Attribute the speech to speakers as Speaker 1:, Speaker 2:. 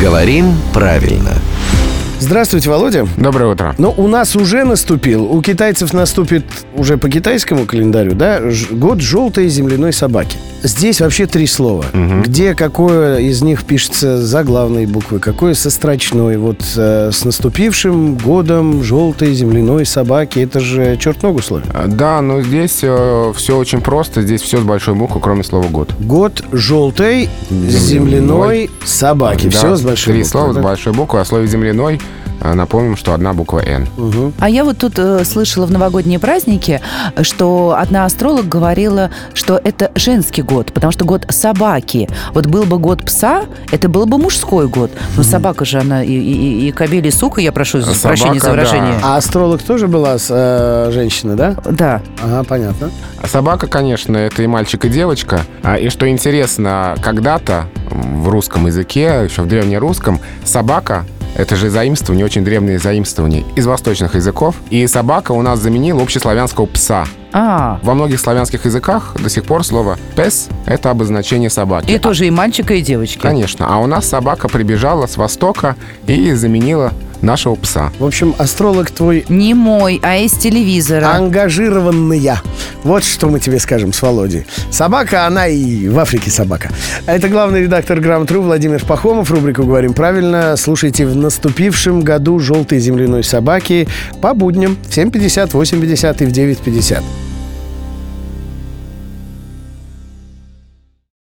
Speaker 1: Говорим правильно.
Speaker 2: Здравствуйте, Володя.
Speaker 3: Доброе утро.
Speaker 2: Ну, у нас уже наступил, у китайцев наступит уже по китайскому календарю, да, ж- год желтой земляной собаки. Здесь вообще три слова. Где какое из них пишется за главной буквы, какое со строчной. Вот э, с наступившим годом желтой земляной собаки. Это же черт ногу словит.
Speaker 3: А, Да, но здесь все очень просто. Здесь все с большой буквы, кроме слова год.
Speaker 2: Год желтой земляной
Speaker 3: Земляной.
Speaker 2: собаки.
Speaker 3: Да,
Speaker 2: Все с большой
Speaker 3: Три
Speaker 2: буквы,
Speaker 3: слова
Speaker 2: да?
Speaker 3: с большой буквы. О слове земляной а, напомним, что одна буква Н.
Speaker 4: А я вот тут э, слышала в новогодние праздники, э, что одна астролог говорила, что это женский год, потому что год собаки. Вот был бы год пса, это был бы мужской год. Но собака же она и, и, и- и кобель, и сука, я прошу за-
Speaker 3: Собака,
Speaker 4: прощения за
Speaker 3: да.
Speaker 4: выражение.
Speaker 2: А астролог тоже была с, э, женщина, да?
Speaker 4: Да.
Speaker 2: Ага, понятно.
Speaker 3: А Собака, конечно, это и мальчик, и девочка. А, И что интересно, когда-то м, в русском языке, еще в древнерусском, собака — это же заимствование, очень древнее заимствование из восточных языков. И собака у нас заменила общеславянского пса.
Speaker 4: А.
Speaker 3: Во многих славянских языках до сих пор слово «пес» — это обозначение собаки.
Speaker 4: И тоже и мальчика, и девочки.
Speaker 3: Конечно. А у нас собака прибежала с востока и заменила нашего пса.
Speaker 2: В общем, астролог твой
Speaker 4: Не мой, а из телевизора.
Speaker 2: ангажированная. Вот что мы тебе скажем с Володей. Собака, она и в Африке собака. А Это главный редактор Грамм-Тру Владимир Пахомов. Рубрику «Говорим правильно». Слушайте в наступившем году «Желтой земляной собаки» по будням в 7.50, 8.50 и в 9.50.